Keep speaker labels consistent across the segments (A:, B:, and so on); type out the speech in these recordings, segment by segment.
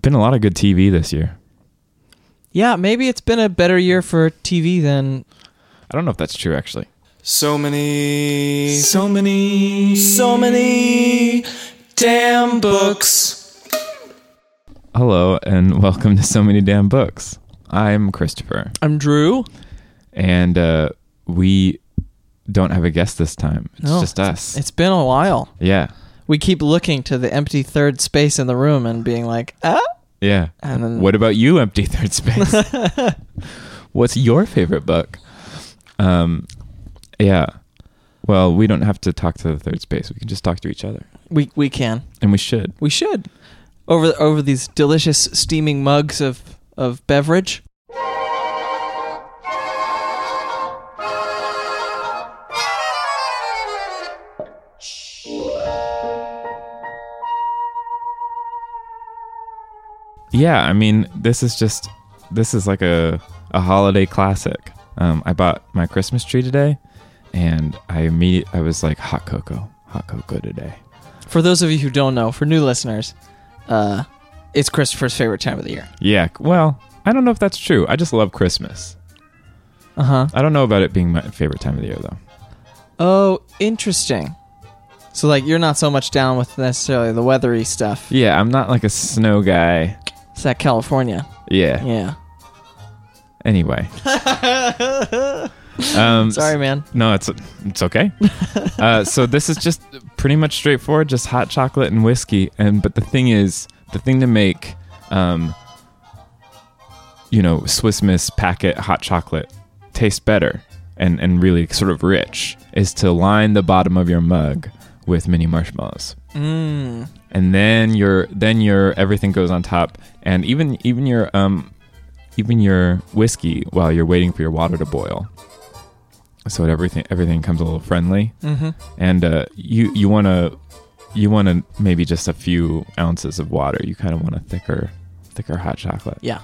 A: Been a lot of good TV this year.
B: Yeah, maybe it's been a better year for TV than
A: I don't know if that's true, actually.
C: So many, so many, so many damn books.
A: Hello, and welcome to So Many Damn Books. I'm Christopher,
B: I'm Drew.
A: and uh, we don't have a guest this time. It's
B: No,
A: just us.
B: It's been a while.
A: yeah,
B: We keep looking to the empty third space in the room and being like, ah.
A: yeah.
B: And then
A: What about you, Empty Third Space? What's your favorite book? Um, yeah. Well, we don't have to talk to the third space. We can just talk to each other,
B: we we can.
A: and we should.
B: We should. Over over these delicious steaming mugs of of beverage.
A: Yeah, I mean, this is just this is like a a holiday classic. Um, I bought my Christmas tree today, and I immediate I was like hot cocoa, hot cocoa today.
B: For those of you who don't know, for new listeners, uh it's Christopher's favorite time of the year.
A: Yeah, c- well, I don't know if that's true. I just love Christmas.
B: Uh-huh.
A: I don't know about it being my favorite time of the year though.
B: Oh, interesting. So like you're not so much down with necessarily the weathery stuff.
A: Yeah, I'm not like a snow guy.
B: It's that California.
A: Yeah.
B: Yeah.
A: Anyway, um,
B: Sorry, man.
A: No, it's it's okay. uh, so this is just pretty much straightforward, just hot chocolate and whiskey. And but the thing is, the thing to make, um, you know, Swiss Miss packet hot chocolate taste better and and really sort of rich is to line the bottom of your mug with mini marshmallows.
B: Mm.
A: And then your then your everything goes on top, and even even your um even your whiskey while you're waiting for your water to boil. So it, everything everything comes a little friendly
B: Mm-hmm.
A: and uh, you you want to you want to maybe just a few ounces of water. You kind of want a thicker thicker hot chocolate.
B: Yeah.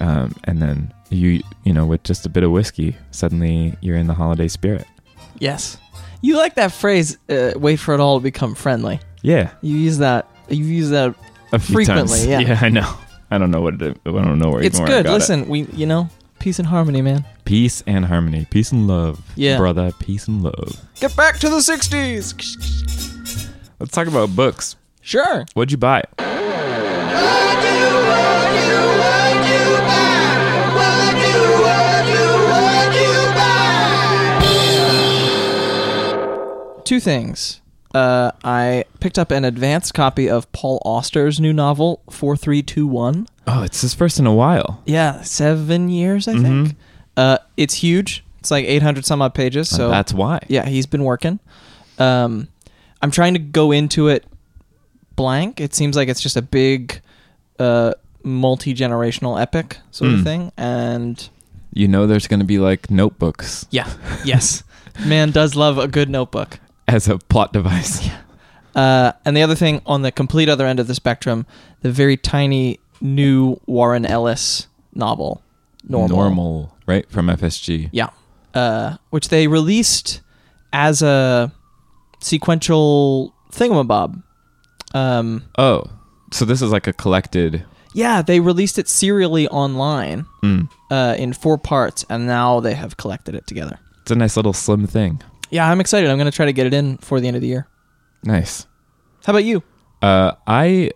A: Um, and then you you know with just a bit of whiskey, suddenly you're in the holiday spirit.
B: Yes. You like that phrase, uh, wait for it all to become friendly.
A: Yeah,
B: You use that. You use that.
A: a few
B: Frequently,
A: times.
B: yeah.
A: I know. I don't know what it, I don't know where
B: It's
A: where I
B: good.
A: got it.
B: Listen, we, you know, peace and harmony, man.
A: peace and harmony, peace and love,
B: Yeah.
A: brother, peace and love.
B: Get back to the 60s.
A: Let's talk about books.
B: Sure.
A: What'd you buy?
B: Two things. Uh, I picked up an advanced copy of Paul Auster's new novel, 4321.
A: Oh, it's his first in a while.
B: Yeah, seven years,
A: Mm-hmm.
B: I think. Uh, it's huge. It's like 800 some odd pages. So
A: that's why.
B: yeah, he's been working. Um, I'm trying to go into it blank. It seems like it's just a big, uh, multi generational epic sort
A: Mm.
B: of thing. And
A: You know, there's going to be like notebooks
B: yeah, yes, man does love a good notebook.
A: as a plot device.
B: Uh, and the other thing on the complete other end of the spectrum, the very tiny new Warren Ellis novel, normal,
A: normal, right? From FSG.
B: yeah, uh, which they released as a sequential thingamabob. Um,
A: Oh, so this is like a collected.
B: Yeah, they released it serially online
A: Mm,
B: uh, in four parts, and now they have collected it together.
A: it's a nice little slim thing.
B: Yeah, I'm excited. I'm going to try to get it in for the end of the year.
A: Nice.
B: How about you?
A: Uh, I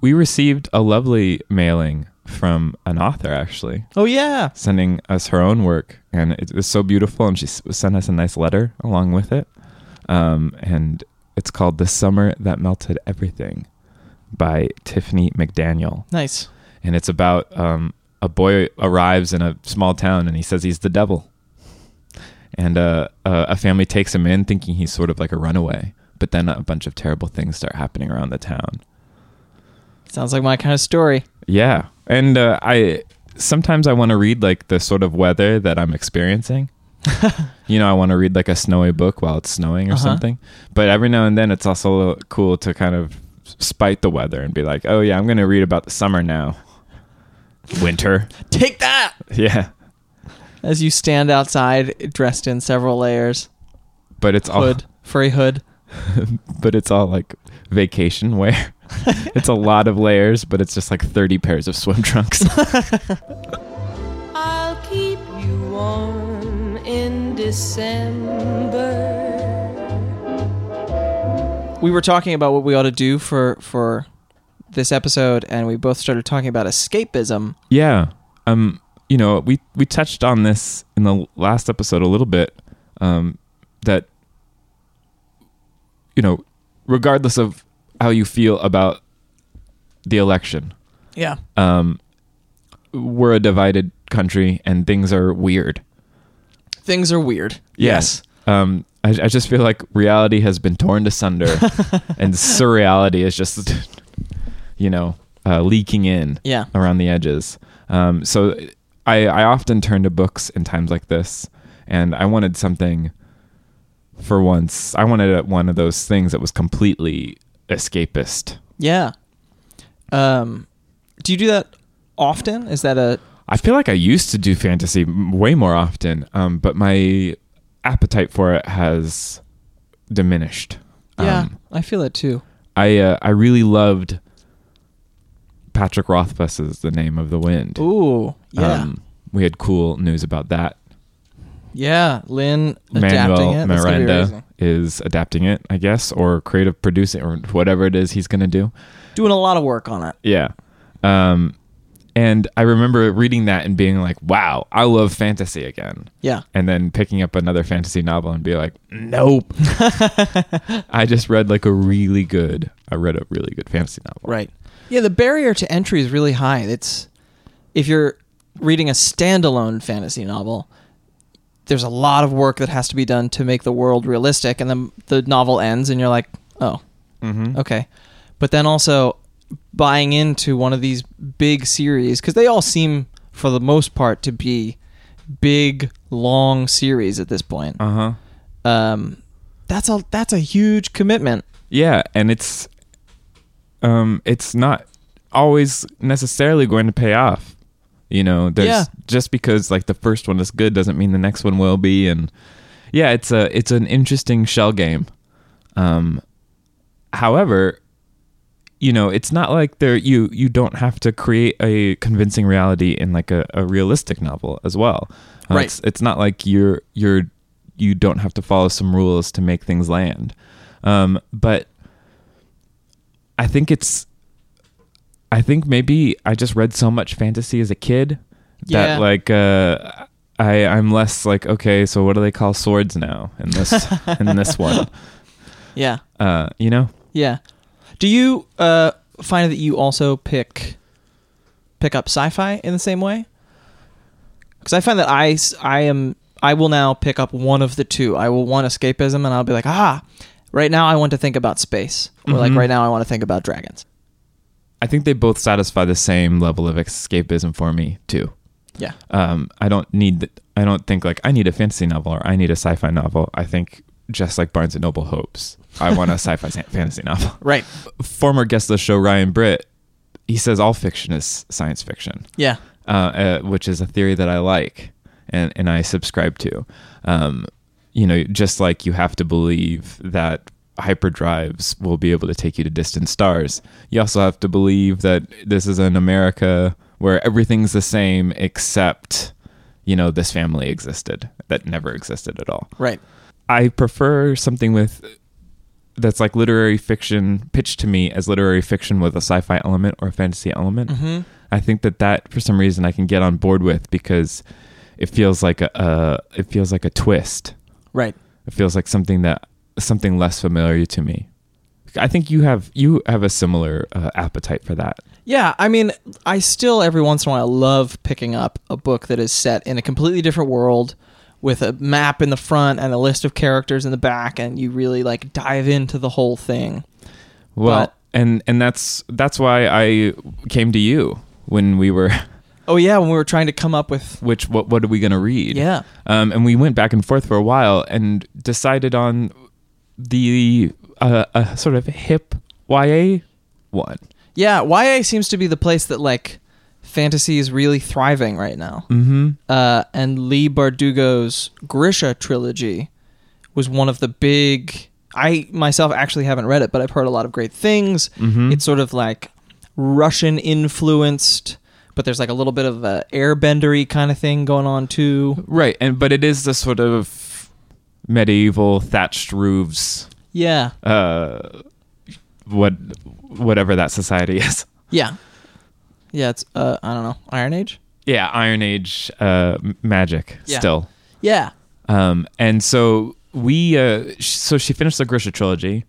A: we received a lovely mailing from an author actually
B: Oh yeah.
A: sending us her own work, and it was so beautiful. And she s- sent us a nice letter along with it, um, and it's called "The Summer That Melted Everything" by Tiffany McDaniel,
B: Nice.
A: and it's about um, a boy arrives in a small town, and he says he's the devil, and uh, a, a family takes him in, thinking he's sort of like a runaway. But then a bunch of terrible things start happening around the town,
B: Sounds like my kind of story.
A: Yeah, and uh, I sometimes I want to read like the sort of weather that I'm experiencing. you know, I want to read like a snowy book while it's snowing or
B: Uh-huh.
A: something. But every now and then, it's also cool to kind of spite the weather and be like, "Oh yeah, I'm going to read about the summer now." Winter,
B: Take that.
A: yeah,
B: As you stand outside, dressed in several layers,
A: but it's all
B: hood, furry hood.
A: but it's all like vacation wear. it's a lot of layers, but it's just like 30 pairs of swim trunks.
D: I'll keep you warm in December.
B: We were talking about what we ought to do for for this episode, and we both started talking about escapism.
A: Yeah. Um, you know, we we touched on this in the last episode a little bit um that you know, regardless of how you feel about the election,
B: Yeah.
A: um we're a divided country and things are weird.
B: Things are weird.
A: Yes. Um I, I just feel like reality has been torn asunder and surreality is just you know, uh, leaking in
B: Yeah.
A: around the edges. Um, so I, I often turn to books in times like this, and I wanted something for once. I wanted a, one of those things that was completely escapist.
B: Yeah. Um, do you do that often? Is that a
A: I feel like I used to do fantasy m- way more often, um, but my appetite for it has diminished.
B: yeah?
A: Um,
B: I feel it too.
A: I uh, I really loved Patrick Rothfuss's The Name of the Wind.
B: Ooh, yeah,
A: Um, we had cool news about that
B: yeah. Lynn adapting
A: Manuel
B: it. That's gonna be amazing.
A: Miranda is adapting it, I guess, or creative producing or whatever it is he's going to do.
B: doing a lot of work on it.
A: Yeah. Um, and I remember reading that and being like, wow, I love fantasy again.
B: Yeah,
A: And then picking up another fantasy novel and be like, nope. I just read like a really good, I read a really good fantasy novel.
B: right. Yeah, the barrier to entry is really high. It's if you're reading a standalone fantasy novel, there's a lot of work that has to be done to make the world realistic, and then the novel ends, and you're like, oh,
A: Mm-hmm.
B: Okay. But then also buying into one of these big series cuz they all seem for the most part to be big long series at this point.
A: Uh huh.
B: Um that's a that's a huge commitment.
A: Yeah, and it's um it's not always necessarily going to pay off. You know, there's
B: Yeah.
A: just because like the first one is good doesn't mean the next one will be and yeah, it's a it's an interesting shell game. Um however, you know, it's not like there you you don't have to create a convincing reality in like a, a realistic novel as well. Uh,
B: Right.
A: It's, it's not like you're you're you don't have to follow some rules to make things land. Um, but I think it's I think maybe I just read so much fantasy as a kid
B: Yeah.
A: that like uh I I'm less like okay, so what do they call swords now in this in this one?
B: Yeah.
A: Uh, you know?
B: Yeah. Do you uh find that you also pick pick up sci-fi in the same way? Cuz I find that I s- I am I will now pick up one of the two. I will want escapism and I'll be like, "Ah, right now I want to think about space." Or like
A: Mhm.
B: right now I want to think about dragons.
A: I think they both satisfy the same level of escapism for me too.
B: Yeah.
A: Um, I don't need th- I don't think like I need a fantasy novel or I need a sci-fi novel. I think just like Barnes and Noble hopes, I want a sci-fi sa- fantasy novel.
B: Right.
A: Former guest of the show Ryan Britt, he says all fiction is science fiction.
B: Yeah.
A: uh, uh, which is a theory that I like and, and I subscribe to. Um, you know, just like you have to believe that hyperdrives will be able to take you to distant stars, you also have to believe that this is an America where everything's the same except, you know, this family existed that never existed at all.
B: Right.
A: I prefer something with that's like literary fiction pitched to me as literary fiction with a sci-fi element or a fantasy element.
B: Mm-hmm.
A: I think that that for some reason I can get on board with because it feels like a, a it feels like a twist.
B: Right.
A: It feels like something that something less familiar to me. I think you have you have a similar uh, appetite for that.
B: Yeah, I mean, I still every once in a while love picking up a book that is set in a completely different world with a map in the front and a list of characters in the back and you really like dive into the whole thing.
A: Well,
B: But-
A: and and that's that's why I came to you when we were
B: Oh yeah, when we were trying to come up with
A: which what what are we going to read?
B: Yeah.
A: Um, and we went back and forth for a while and decided on the uh, a sort of hip YA one.
B: Yeah, YA seems to be the place that like fantasy is really thriving right now.
A: Mm-hmm.
B: Uh, and Lee Bardugo's Grisha trilogy was one of the big. I myself actually haven't read it, but I've heard a lot of great things. It's sort of like Russian influenced, but there's like a little bit of a airbendery kind of thing going on too.
A: Right, and but it is the sort of medieval thatched roofs,
B: Yeah,
A: uh, what whatever that society is.
B: yeah, yeah. It's uh, I don't know, Iron Age.
A: Yeah, Iron Age uh, m- magic
B: Yeah.
A: still.
B: Yeah,
A: Um, and so we, uh, sh- so she finished the Grisha trilogy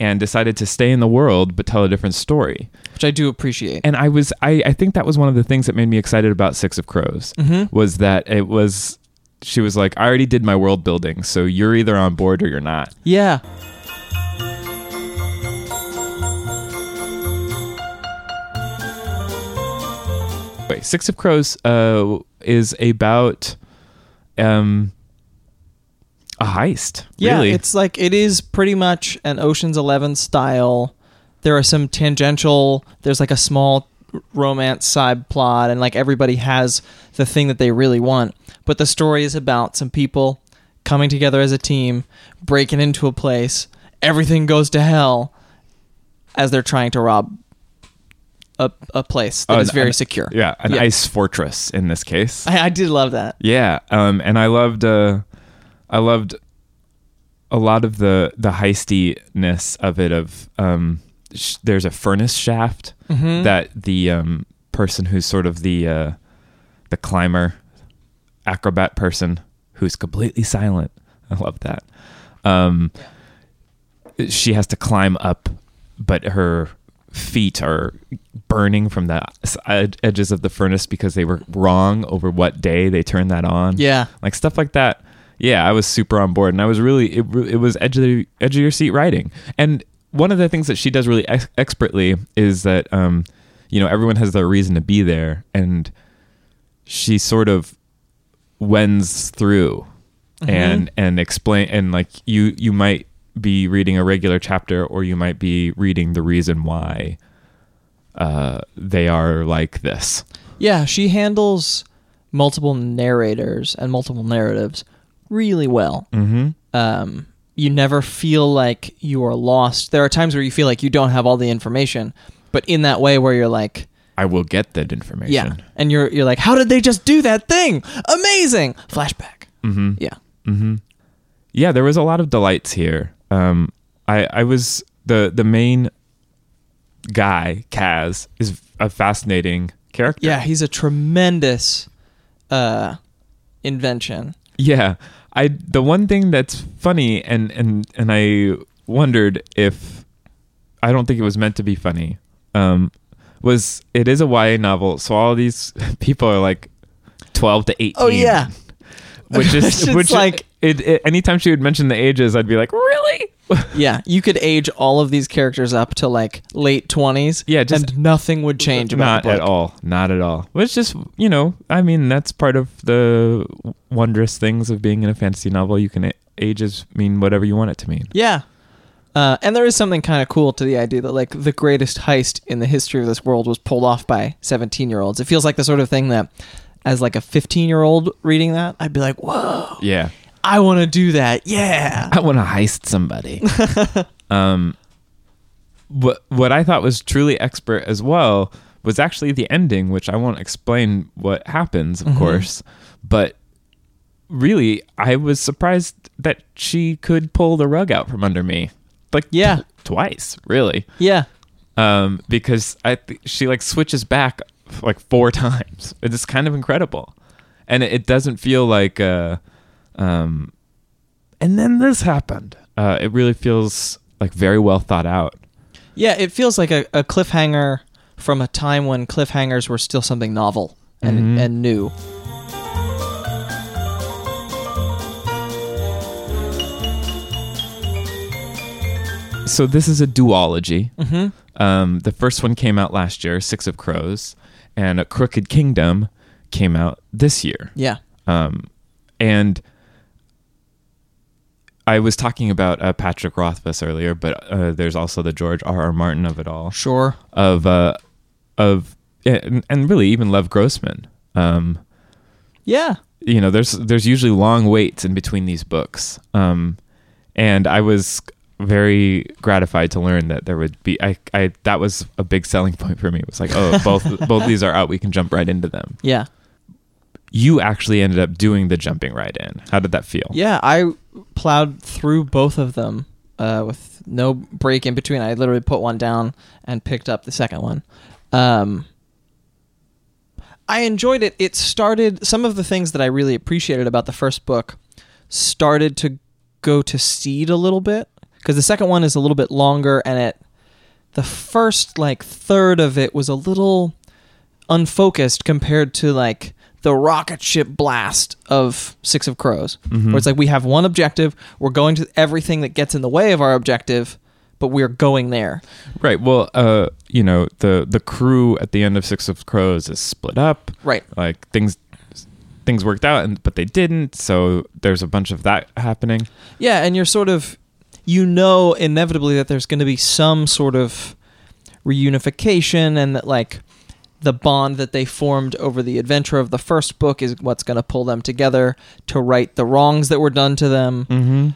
A: and decided to stay in the world but tell a different story.
B: which I do appreciate.
A: And I was, I, I think that was one of the things that made me excited about Six of Crows
B: Mhm.
A: was that it was, she was like, I already did my world building, so you're either on board or you're not.
B: Yeah,
A: Wait, Six of Crows uh, is about um, a heist.
B: yeah.
A: really.
B: It's like it is pretty much an Ocean's Eleven style. There are some tangential. There's like a small romance side plot, and like everybody has the thing that they really want. But the story is about some people coming together as a team, breaking into a place. Everything goes to hell as they're trying to rob a, a place that is
A: Oh, an-
B: very
A: an-
B: secure.
A: yeah, an
B: Yeah.
A: ice fortress in this case.
B: I, I did love that.
A: Yeah, um, and I loved, uh, I loved a lot of the the heistiness of it. Of um, sh- there's a furnace shaft that the um, person who's sort of the uh, the climber acrobat person who's completely silent. I love that. Um, She has to climb up, but her feet are burning from the s- ed- edges of the furnace because they were wrong over what day they turned that on.
B: Yeah.
A: like stuff like that. Yeah, I was super on board, and I was really it. re- It was edge of the, edge of your seat writing, and one of the things that she does really ex- expertly is that um, you know everyone has their reason to be there, and she sort of wends through and and explain and like you you might be reading a regular chapter or you might be reading the reason why uh they are like this
B: Yeah, she handles multiple narrators and multiple narratives really well.
A: mm-hmm
B: Um, you never feel like you are lost. There are times where you feel like you don't have all the information, but in that way where you're like,
A: i will get that information
B: yeah, and you're you're like, how did they just do that thing? Amazing flashback.
A: mm-hmm
B: Yeah,
A: Mm-hmm. Yeah, there was a lot of delights here. Um, I I was the the main guy, Kaz, is a fascinating character.
B: yeah, he's a tremendous uh, invention.
A: Yeah. I the one thing that's funny and and and I wondered if I don't think it was meant to be funny. Um was it is a YA novel, so all these people are like 12 to 18.
B: Oh yeah,
A: Which is
B: It's
A: which
B: like-
A: like it, it anytime she would mention the ages, I'd be like, "Really?"
B: yeah. You could age all of these characters up to like late twenties.
A: Yeah, just-
B: and nothing would change. About
A: Not
B: the
A: at
B: book.
A: all. Not at all. Well, it's just you know, I mean, that's part of the wondrous things of being in a fantasy novel. You can a- ages mean whatever you want it to mean.
B: Yeah. Uh, and there is something kind of cool to the idea that like the greatest heist in the history of this world was pulled off by 17 year olds. It feels like the sort of thing that as like a 15 year old reading that, I'd be like, whoa,
A: Yeah.
B: I want to do that. Yeah.
A: I want to heist somebody. um, what what I thought was truly expert as well was actually the ending, which I won't explain what happens,
B: Mm-hmm.
A: of course, but really, I was surprised that she could pull the rug out from under me like
B: Yeah.
A: t- twice really
B: Yeah.
A: um, because I th- she like switches back like four times. It is kind of incredible, and it, it doesn't feel like. Uh, um, and then this happened. Uh, it really feels like very well thought out.
B: Yeah, it feels like a, a cliffhanger from a time when cliffhangers were still something novel and, and new.
A: So this is a duology. Mm-hmm. Um, the first one came out last year, Six of Crows, and A Crooked Kingdom came out this year.
B: Yeah.
A: Um, and I was talking about uh, Patrick Rothfuss earlier, but uh, there's also the George R. R. Martin of it all,
B: Sure.
A: of uh, of and, and really even Lev Grossman. Um,
B: Yeah.
A: you know, there's there's usually long waits in between these books, um, and I was very gratified to learn that there would be I, I that was a big selling point for me. It was like, oh, both both these are out. We can jump right into them
B: Yeah.
A: you actually ended up doing the jumping right in. How did that feel?
B: Yeah, I plowed through both of them uh, with no break in between. I literally put one down and picked up the second one. Um, I enjoyed it. It started some of the things that I really appreciated about the first book started to go to seed a little bit because the second one is a little bit longer and it the first like third of it was a little unfocused compared to like the rocket ship blast of Six of Crows, where it's like we have one objective, we're going to everything that gets in the way of our objective, but we're going there.
A: Right. Well, uh, you know, the the crew at the end of Six of Crows is split up.
B: Right.
A: Like things things worked out and but they didn't, so there's a bunch of that happening.
B: Yeah, and you're sort of, you know, inevitably that there's going to be some sort of reunification and that, like, the bond that they formed over the adventure of the first book is what's going to pull them together to right the wrongs that were done to them.
A: Mm-hmm.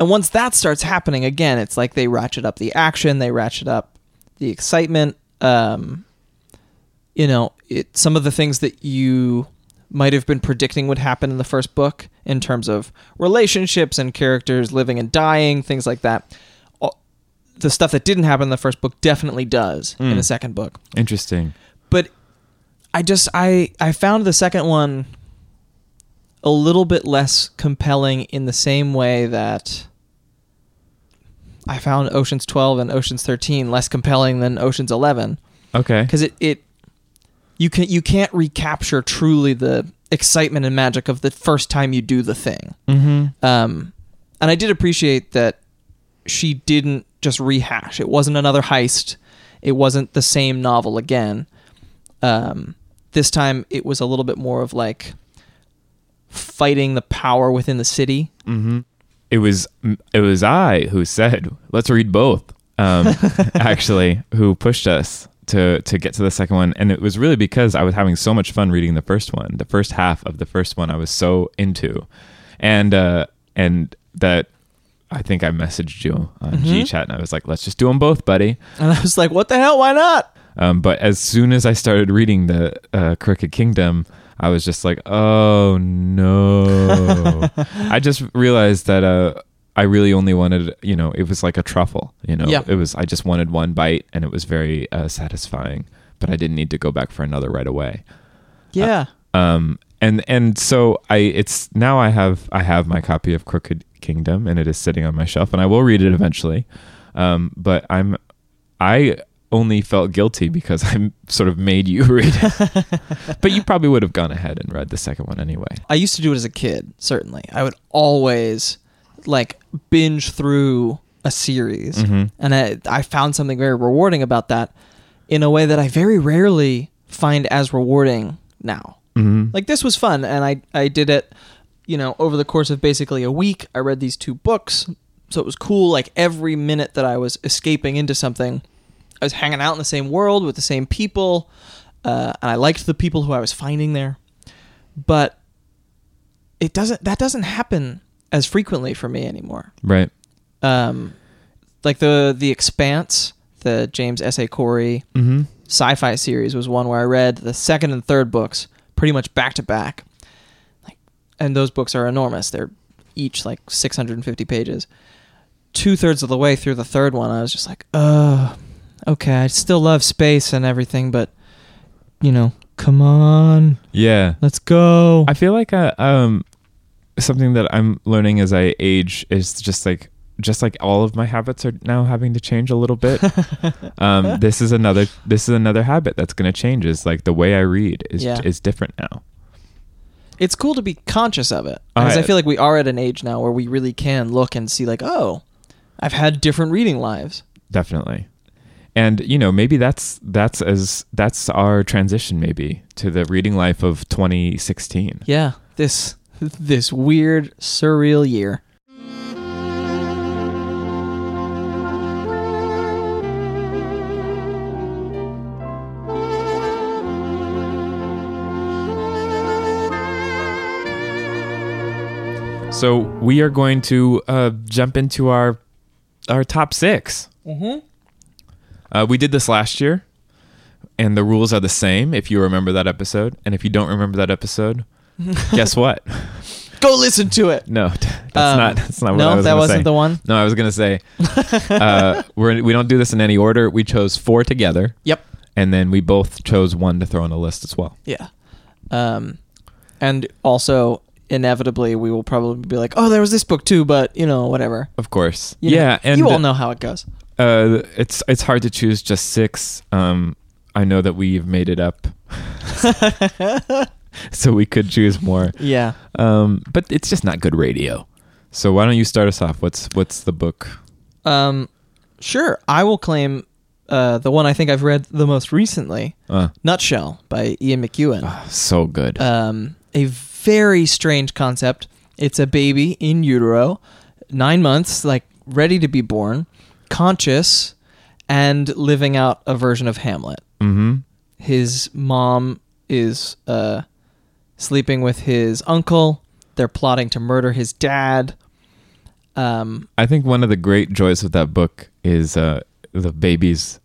B: And once that starts happening again, it's like they ratchet up the action, they ratchet up the excitement. Um, you know, it some of the things that you might have been predicting would happen in the first book in terms of relationships and characters living and dying, things like that. All- The stuff that didn't happen in the first book definitely does in
A: Mm.
B: the second book
A: Interesting.
B: but I just I I found the second one a little bit less compelling in the same way that I found Ocean's 12 and Ocean's 13 less compelling than Ocean's 11
A: Okay.
B: cuz it it you can you can't recapture truly the excitement and magic of the first time you do the thing.
A: Mm-hmm.
B: Um, and I did appreciate that she didn't just rehash. It wasn't another heist. It wasn't the same novel again. Um, this time it was a little bit more of like fighting the power within the city.
A: Mm-hmm. It was it was I who said, "Let's read both." Um, actually, who pushed us to to get to the second one, and it was really because I was having so much fun reading the first one. The first half of the first one, I was so into, and uh, and that I think I messaged you on GChat, and I was like, "Let's just do them both, buddy."
B: And I was like, what the hell? Why not?
A: Um, but as soon as I started reading the uh, Crooked Kingdom, I was just like, oh no. I just realized that uh, I really only wanted, you know, it was like a truffle, you know,
B: Yeah.
A: it was, I just wanted one bite and it was very uh, satisfying, but I didn't need to go back for another right away.
B: Yeah.
A: Um, and, and so I, it's now I have, I have my copy of Crooked Kingdom and it is sitting on my shelf and I will read it eventually. Um, but I'm, I only felt guilty because I sort of made you read it. but you probably would have gone ahead and read the second one anyway.
B: I used to do it as a kid, certainly. I would always like binge through a series. And I, I found something very rewarding about that in a way that I very rarely find as rewarding now. Like this was fun and I, I did it, you know, over the course of basically a week. I read these two books. So it was cool. Like every minute that I was escaping into something, I was hanging out in the same world with the same people. Uh, and I liked the people who I was finding there. But it doesn't that doesn't happen as frequently for me anymore.
A: Right.
B: Um, like the the Expanse, the James S. A. Corey
A: Mm-hmm.
B: sci-fi series was one where I read the second and third books pretty much back to back. Like, and those books are enormous. They're each like 650 pages. two thirds of the way through the third one, I was just like, uh, okay, I still love space and everything, but you know, come on,
A: Yeah.
B: let's go.
A: I feel like uh um, something that I'm learning as I age is just like just like all of my habits are now having to change a little bit. um, this is another this is another habit that's going to change. Is like the way I read is
B: Yeah.
A: is different now.
B: it's cool to be conscious of it because I,
A: I-
B: feel like we are at an age now where we really can look and see like, oh, I've had different reading lives.
A: Definitely. And you know maybe that's that's as that's our transition maybe to the reading life of 2016.
B: Yeah, this this weird surreal year.
A: So we are going to uh, jump into our our top 6 Mm-hmm. Uh, we did this last year, and the rules are the same. If you remember that episode, and if you don't remember that episode, guess what?
B: Go listen to it.
A: No, that's
B: Um,
A: not. That's not what
B: no,
A: I was
B: that
A: gonna
B: wasn't
A: say.
B: the one.
A: No, I was gonna say uh, we're, we don't do this in any order. We chose four together,
B: Yep.
A: and then we both chose one to throw on a list as well.
B: Yeah. Um, and also inevitably we will probably be like, oh, there was this book too, but you know, whatever.
A: Of course,
B: You know,
A: yeah, and
B: you all know how it goes.
A: uh, it's it's hard to choose just six. Um, I know that we've made it up, so we could choose more.
B: Yeah.
A: Um, but it's just not good radio. So why don't you start us off? What's what's the book?
B: Um, sure. I will claim uh, the one I think I've read the most recently,
A: Uh,
B: Nutshell by
A: Ah,
B: Ian McEwan.
A: so good.
B: Um, a very strange concept. It's a baby in utero, nine months, like ready to be born, conscious, and living out a version of Hamlet.
A: mm-hmm.
B: his mom is uh, sleeping with his uncle. They're plotting to murder his dad. Um,
A: I think one of the great joys of that book is uh, the baby's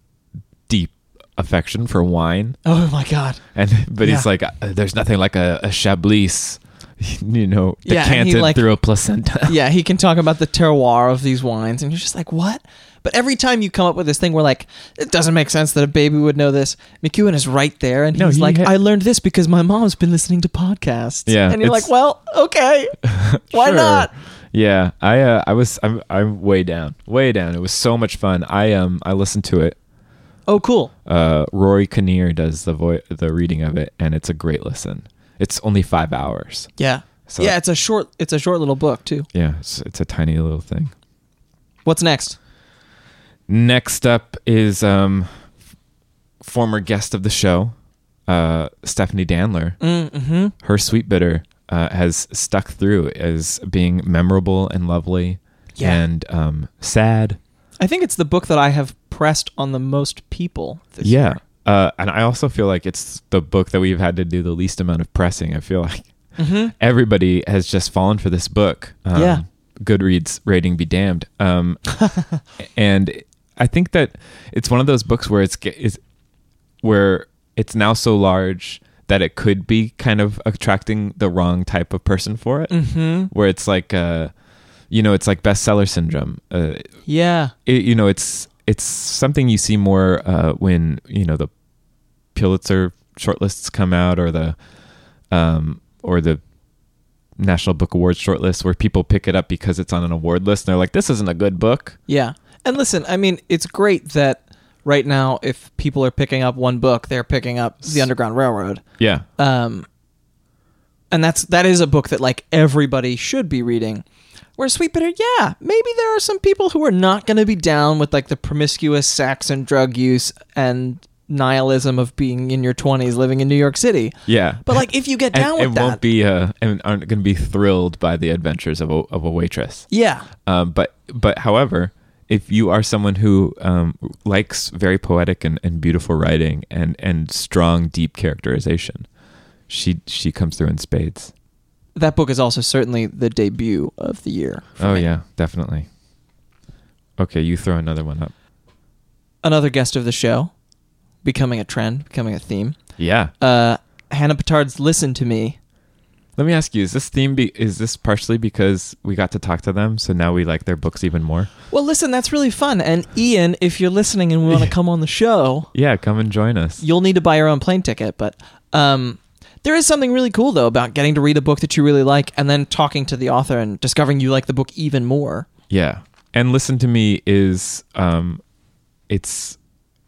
A: deep affection for wine.
B: oh my god!
A: And but he's
B: Yeah.
A: like, uh, there's nothing like a, a Chablis, you know,
B: Yeah, and he,
A: decanted
B: like-
A: through a placenta.
B: Yeah, he can talk about the terroir of these wines, and you're just like, what? But every time you come up with this thing, we're like, it doesn't make sense that a baby would know this. McEwen is right there, and
A: No,
B: he's
A: he
B: like,
A: ha-
B: I learned this because my mom's been listening to podcasts.
A: Yeah,
B: and you're
A: it's-
B: like, well, okay, why
A: Sure.
B: not?
A: Yeah, I uh, I was I'm I'm way down, way down. It was so much fun. I um I listened to it.
B: Oh, cool.
A: Uh, Rory Kinnear does the vo- the reading of it, and it's a great listen. It's only five hours.
B: Yeah,
A: So-
B: yeah. It's a short. It's a short little book too.
A: Yeah, it's, it's a tiny little thing.
B: What's next?
A: Next up is um f- former guest of the show, uh Stephanie Danler.
B: Mm-hmm.
A: Her sweet bitter uh, has stuck through as being memorable and lovely,
B: Yeah.
A: and um sad.
B: I think it's the book that I have pressed on the most people this
A: yeah.
B: year.
A: Uh, and I also feel like it's the book that we've had to do the least amount of pressing. I feel like everybody has just fallen for this book. Um,
B: Mm-hmm. Yeah.
A: Goodreads rating be damned. Um, and I think that it's one of those books where it's ge- is where it's now so large that it could be kind of attracting the wrong type of person for
B: Mm.
A: it. Mm-hmm. Where it's like, uh, you know, it's like bestseller syndrome. Uh,
B: Yeah.
A: it, you know it's it's something you see more uh, when you know the Pulitzer shortlists come out or the um, or the National Book Awards shortlist where people pick it up because it's on an award list and they're like this isn't a good book.
B: Yeah. And listen, I mean, it's great that right now if people are picking up one book, they're picking up The Underground Railroad.
A: Yeah.
B: Um and that's that is a book that like everybody should be reading. Where Sweet Bitter, yeah, maybe there are some people who are not going to be down with like the promiscuous sex and drug use and nihilism of being in your 20s living in New York City.
A: Yeah.
B: But like if you get
A: And
B: down
A: it
B: with that,
A: won't be uh and aren't going to be thrilled by the adventures of a, of a waitress.
B: yeah.
A: Um, but but however, if you are someone who um, likes very poetic and, and beautiful writing and and strong deep characterization, she she comes through in spades.
B: that book is also certainly the debut of the year. for
A: Oh
B: me.
A: yeah, definitely. Okay, you throw another one up.
B: Another guest of the show, becoming a trend, becoming a theme.
A: Yeah.
B: Uh, Hannah Petard's Listen to Me
A: Let me ask you: Is this theme? Be- is this partially because we got to talk to them, so now we like their books even more?
B: Well, listen, that's really fun. And Ian, if you're listening and want to come on the show,
A: Yeah, come and join us.
B: you'll need to buy your own plane ticket. But um, there is something really cool though about getting to read a book that you really like and then talking to the author and discovering you like the book even more.
A: Yeah, and listen to me is um, it's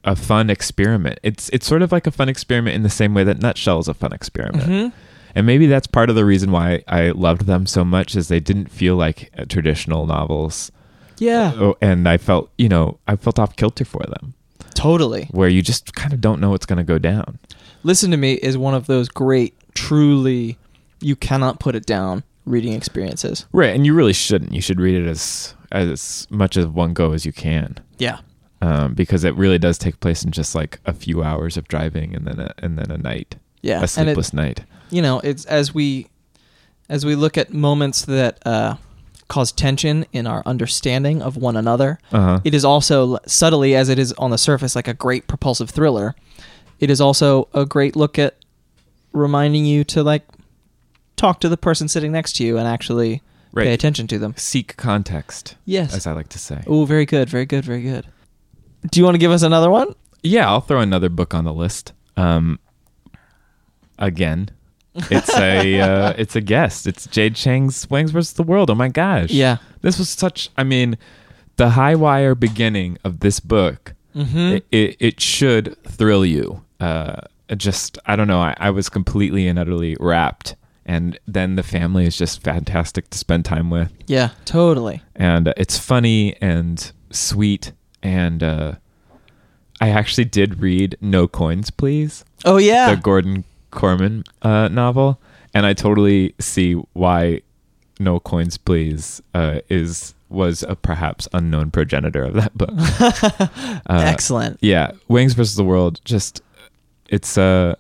A: a fun experiment. It's it's sort of like a fun experiment in the same way that Nutshell is a fun experiment.
B: Mm-hmm.
A: And maybe that's part of the reason why I loved them so much is they didn't feel like uh, traditional novels.
B: Yeah,
A: Oh, and I felt, you know, I felt off kilter for them,
B: totally.
A: where you just kind of don't know what's going to go down.
B: Listen to Me is one of those great, truly, you cannot put it down reading experiences.
A: Right, and you really shouldn't. You should read it as as much as one go as you can,
B: Yeah.
A: um, because it really does take place in just like a few hours of driving, and then a, and then a night, a
B: Yeah. And it,
A: sleepless night.
B: you know, it's as we as we look at moments that uh, cause tension in our understanding of one another,
A: Uh-huh.
B: it is also subtly as it is on the surface like a great propulsive thriller. It is also a great look at reminding you to like talk to the person sitting next to you and actually
A: Right.
B: pay attention to them.
A: Seek context,
B: Yes.
A: as I like to say.
B: Oh, very good, very good, very good. Do you want to give us another one?
A: Yeah, I'll throw another book on the list. Um, again, it's a uh, it's a guest. It's Jade Chang's Wings versus the World. Oh my gosh!
B: Yeah.
A: this was such. I mean, the high wire beginning of this book.
B: Mm-hmm.
A: It, it it should thrill you. Uh, it just I don't know. I, I was completely and utterly wrapped, and then the family is just fantastic to spend time with
B: Yeah, totally.
A: and uh, it's funny and sweet and uh, i actually did read no coins please
B: Oh yeah.
A: the gordon corman uh, novel and i totally see why no coins please uh, is was a perhaps unknown progenitor of that book uh,
B: Excellent.
A: yeah wings versus the world just it's uh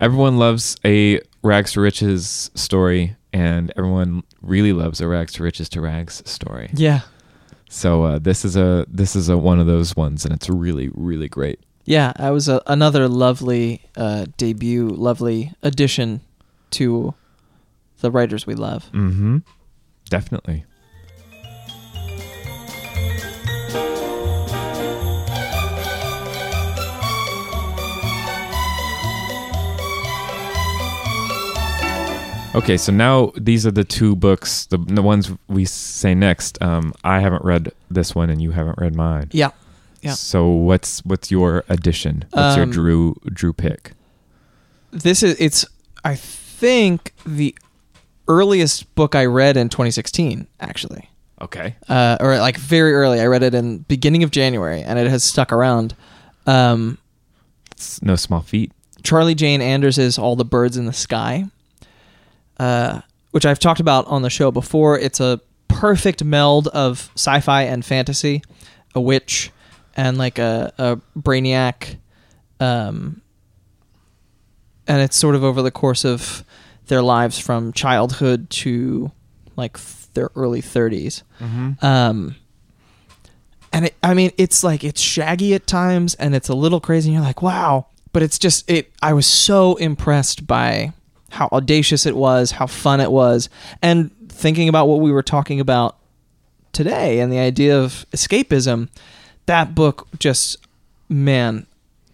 A: everyone loves a rags to riches story and everyone really loves a rags to riches to rags story
B: Yeah.
A: so uh, this is a this is a one of those ones, and it's really really great.
B: Yeah, I was a, another lovely uh, debut, lovely addition to the writers we love.
A: Mm-hmm. Definitely. Okay, so now these are the two books, the, the ones we say next. Um, I haven't read this one, and you haven't read mine.
B: Yeah. Yeah.
A: So what's what's your addition? What's your
B: Um,
A: Drew Drew pick?
B: This is it's I think the earliest book I read in 2016 actually.
A: Okay.
B: Uh, or like very early. I read it in beginning of January and it has stuck around. Um,
A: It's no small feat.
B: Charlie Jane Anders's All the Birds in the Sky, uh, which I've talked about on the show before. It's a perfect meld of sci fi and fantasy, a witch and like a, a brainiac. Um, and it's sort of over the course of their lives from childhood to like th- their early 30s. Um, and it, I mean, it's like it's shaggy at times, and it's a little crazy. And you're like, wow, but it's just it. I was so impressed by how audacious it was, how fun it was, and thinking about what we were talking about today and the idea of escapism. That book just, man,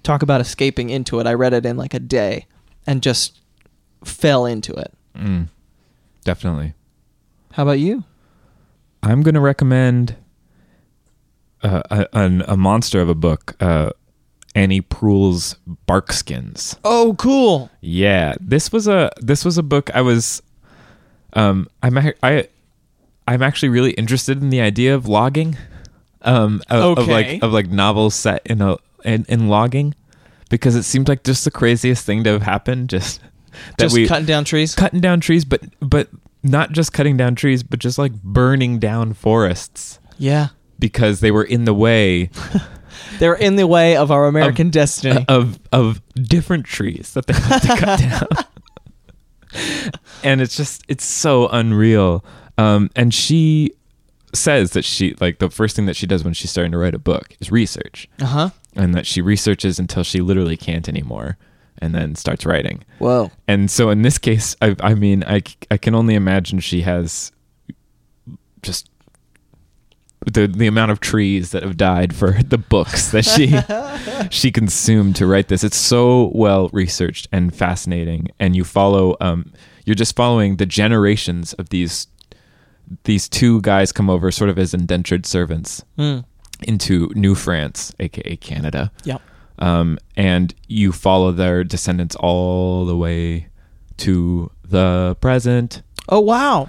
B: talk about escaping into it. I read it in like a day, and just fell into it.
A: Definitely.
B: How about you?
A: I'm going to recommend uh, a, an, a monster of a book, uh, Annie Prule's Barkskins.
B: Oh, cool.
A: Yeah, this was a this was a book I was, um, I'm ac- I, I'm actually really interested in the idea of logging, um, of, of
B: Okay.
A: like of like novels set in a in, in logging, because it seemed like just the craziest thing to have happened. Just that
B: Just
A: we
B: cutting down trees.
A: cutting down trees, but but not just cutting down trees, but just like burning down forests
B: Yeah.
A: because they were in the way
B: They're in the way of our
A: Um,
B: American destiny.
A: of of different trees that they had to cut down. and it's just it's so unreal. Um, and she says that she like the first thing that she does when she's starting to write a book is research,
B: Uh huh.
A: and that she researches until she literally can't anymore. and then starts writing.
B: Whoa.
A: And so in this case, I, I mean, I, c- I can only imagine she has just the the amount of trees that have died for the books that she she consumed to write this. It's so well researched and fascinating, and you follow um you're just following the generations of these these two guys come over sort of as indentured servants
B: Mm.
A: into New France, aka Canada.
B: Yep.
A: Um, and you follow their descendants all the way to the present.
B: Oh wow.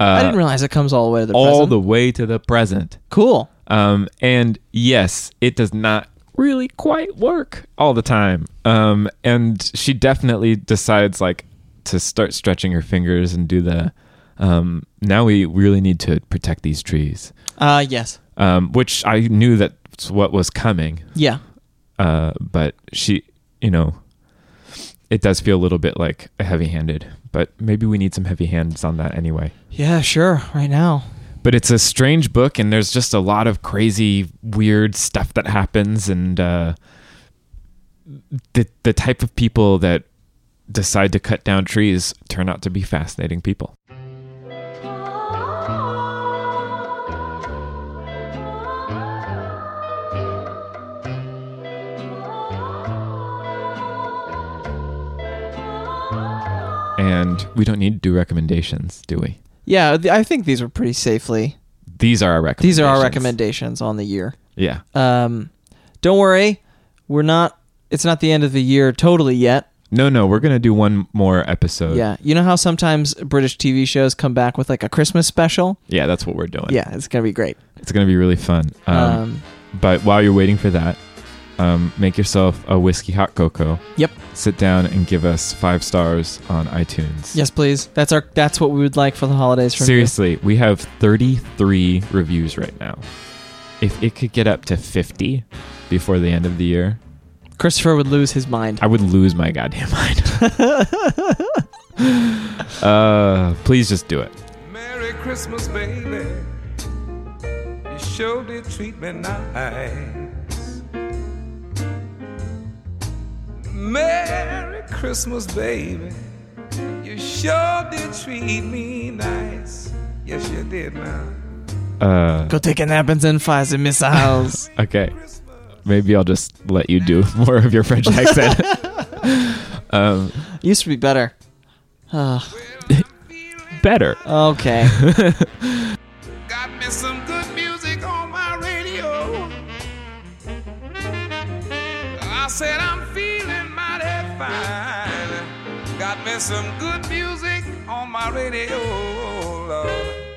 A: Uh,
B: I didn't realize it comes all the way to the
A: all
B: present.
A: the way to the present.
B: cool.
A: Um, and yes, it does not really quite work all the time. Um, and she definitely decides like to start stretching her fingers and do the. Um, now we really need to protect these trees,
B: Uh yes.
A: um, which I knew that's what was coming.
B: Yeah.
A: Uh, but she, you know, it does feel a little bit like heavy-handed. But maybe we need some heavy hands on that anyway.
B: Yeah, sure. Right now.
A: But it's a strange book, and there's just a lot of crazy, weird stuff that happens, and uh, the the type of people that decide to cut down trees turn out to be fascinating people. And we don't need to do recommendations, do we?
B: Yeah, th- I think these are pretty safely.
A: These are our recommendations.
B: These are our recommendations on the year.
A: Yeah.
B: Um, don't worry, we're not. It's not the end of the year totally yet.
A: No, no, we're gonna do one more episode.
B: Yeah, you know how sometimes British TV shows come back with like a Christmas special.
A: Yeah, that's what we're doing.
B: Yeah, it's gonna be great.
A: It's gonna be really fun. Um,
B: Um,
A: but while you're waiting for that, um, make yourself a whiskey hot cocoa.
B: Yep.
A: Sit down and give us five stars on iTunes.
B: yes, please. That's our. That's what we would like for the holidays. From you.
A: Seriously, we have 33 reviews right now. If it could get up to 50 before the end of the year,
B: Christopher would lose his mind.
A: I would lose my goddamn mind. uh, please just do it.
E: Merry Christmas, baby. You sure did treat me nice. Merry Christmas, baby. You sure did treat me nice. Yes, you did now.
A: Uh,
B: Go take a nap and send fires and missiles.
A: Okay. Maybe I'll just let you do more of your French accent. um,
B: Used to be better. Ugh,
A: better.
B: okay.
E: Got me some good music on my radio. I said I'm feeling mighty fine. Got me some good music on my radio. Lord.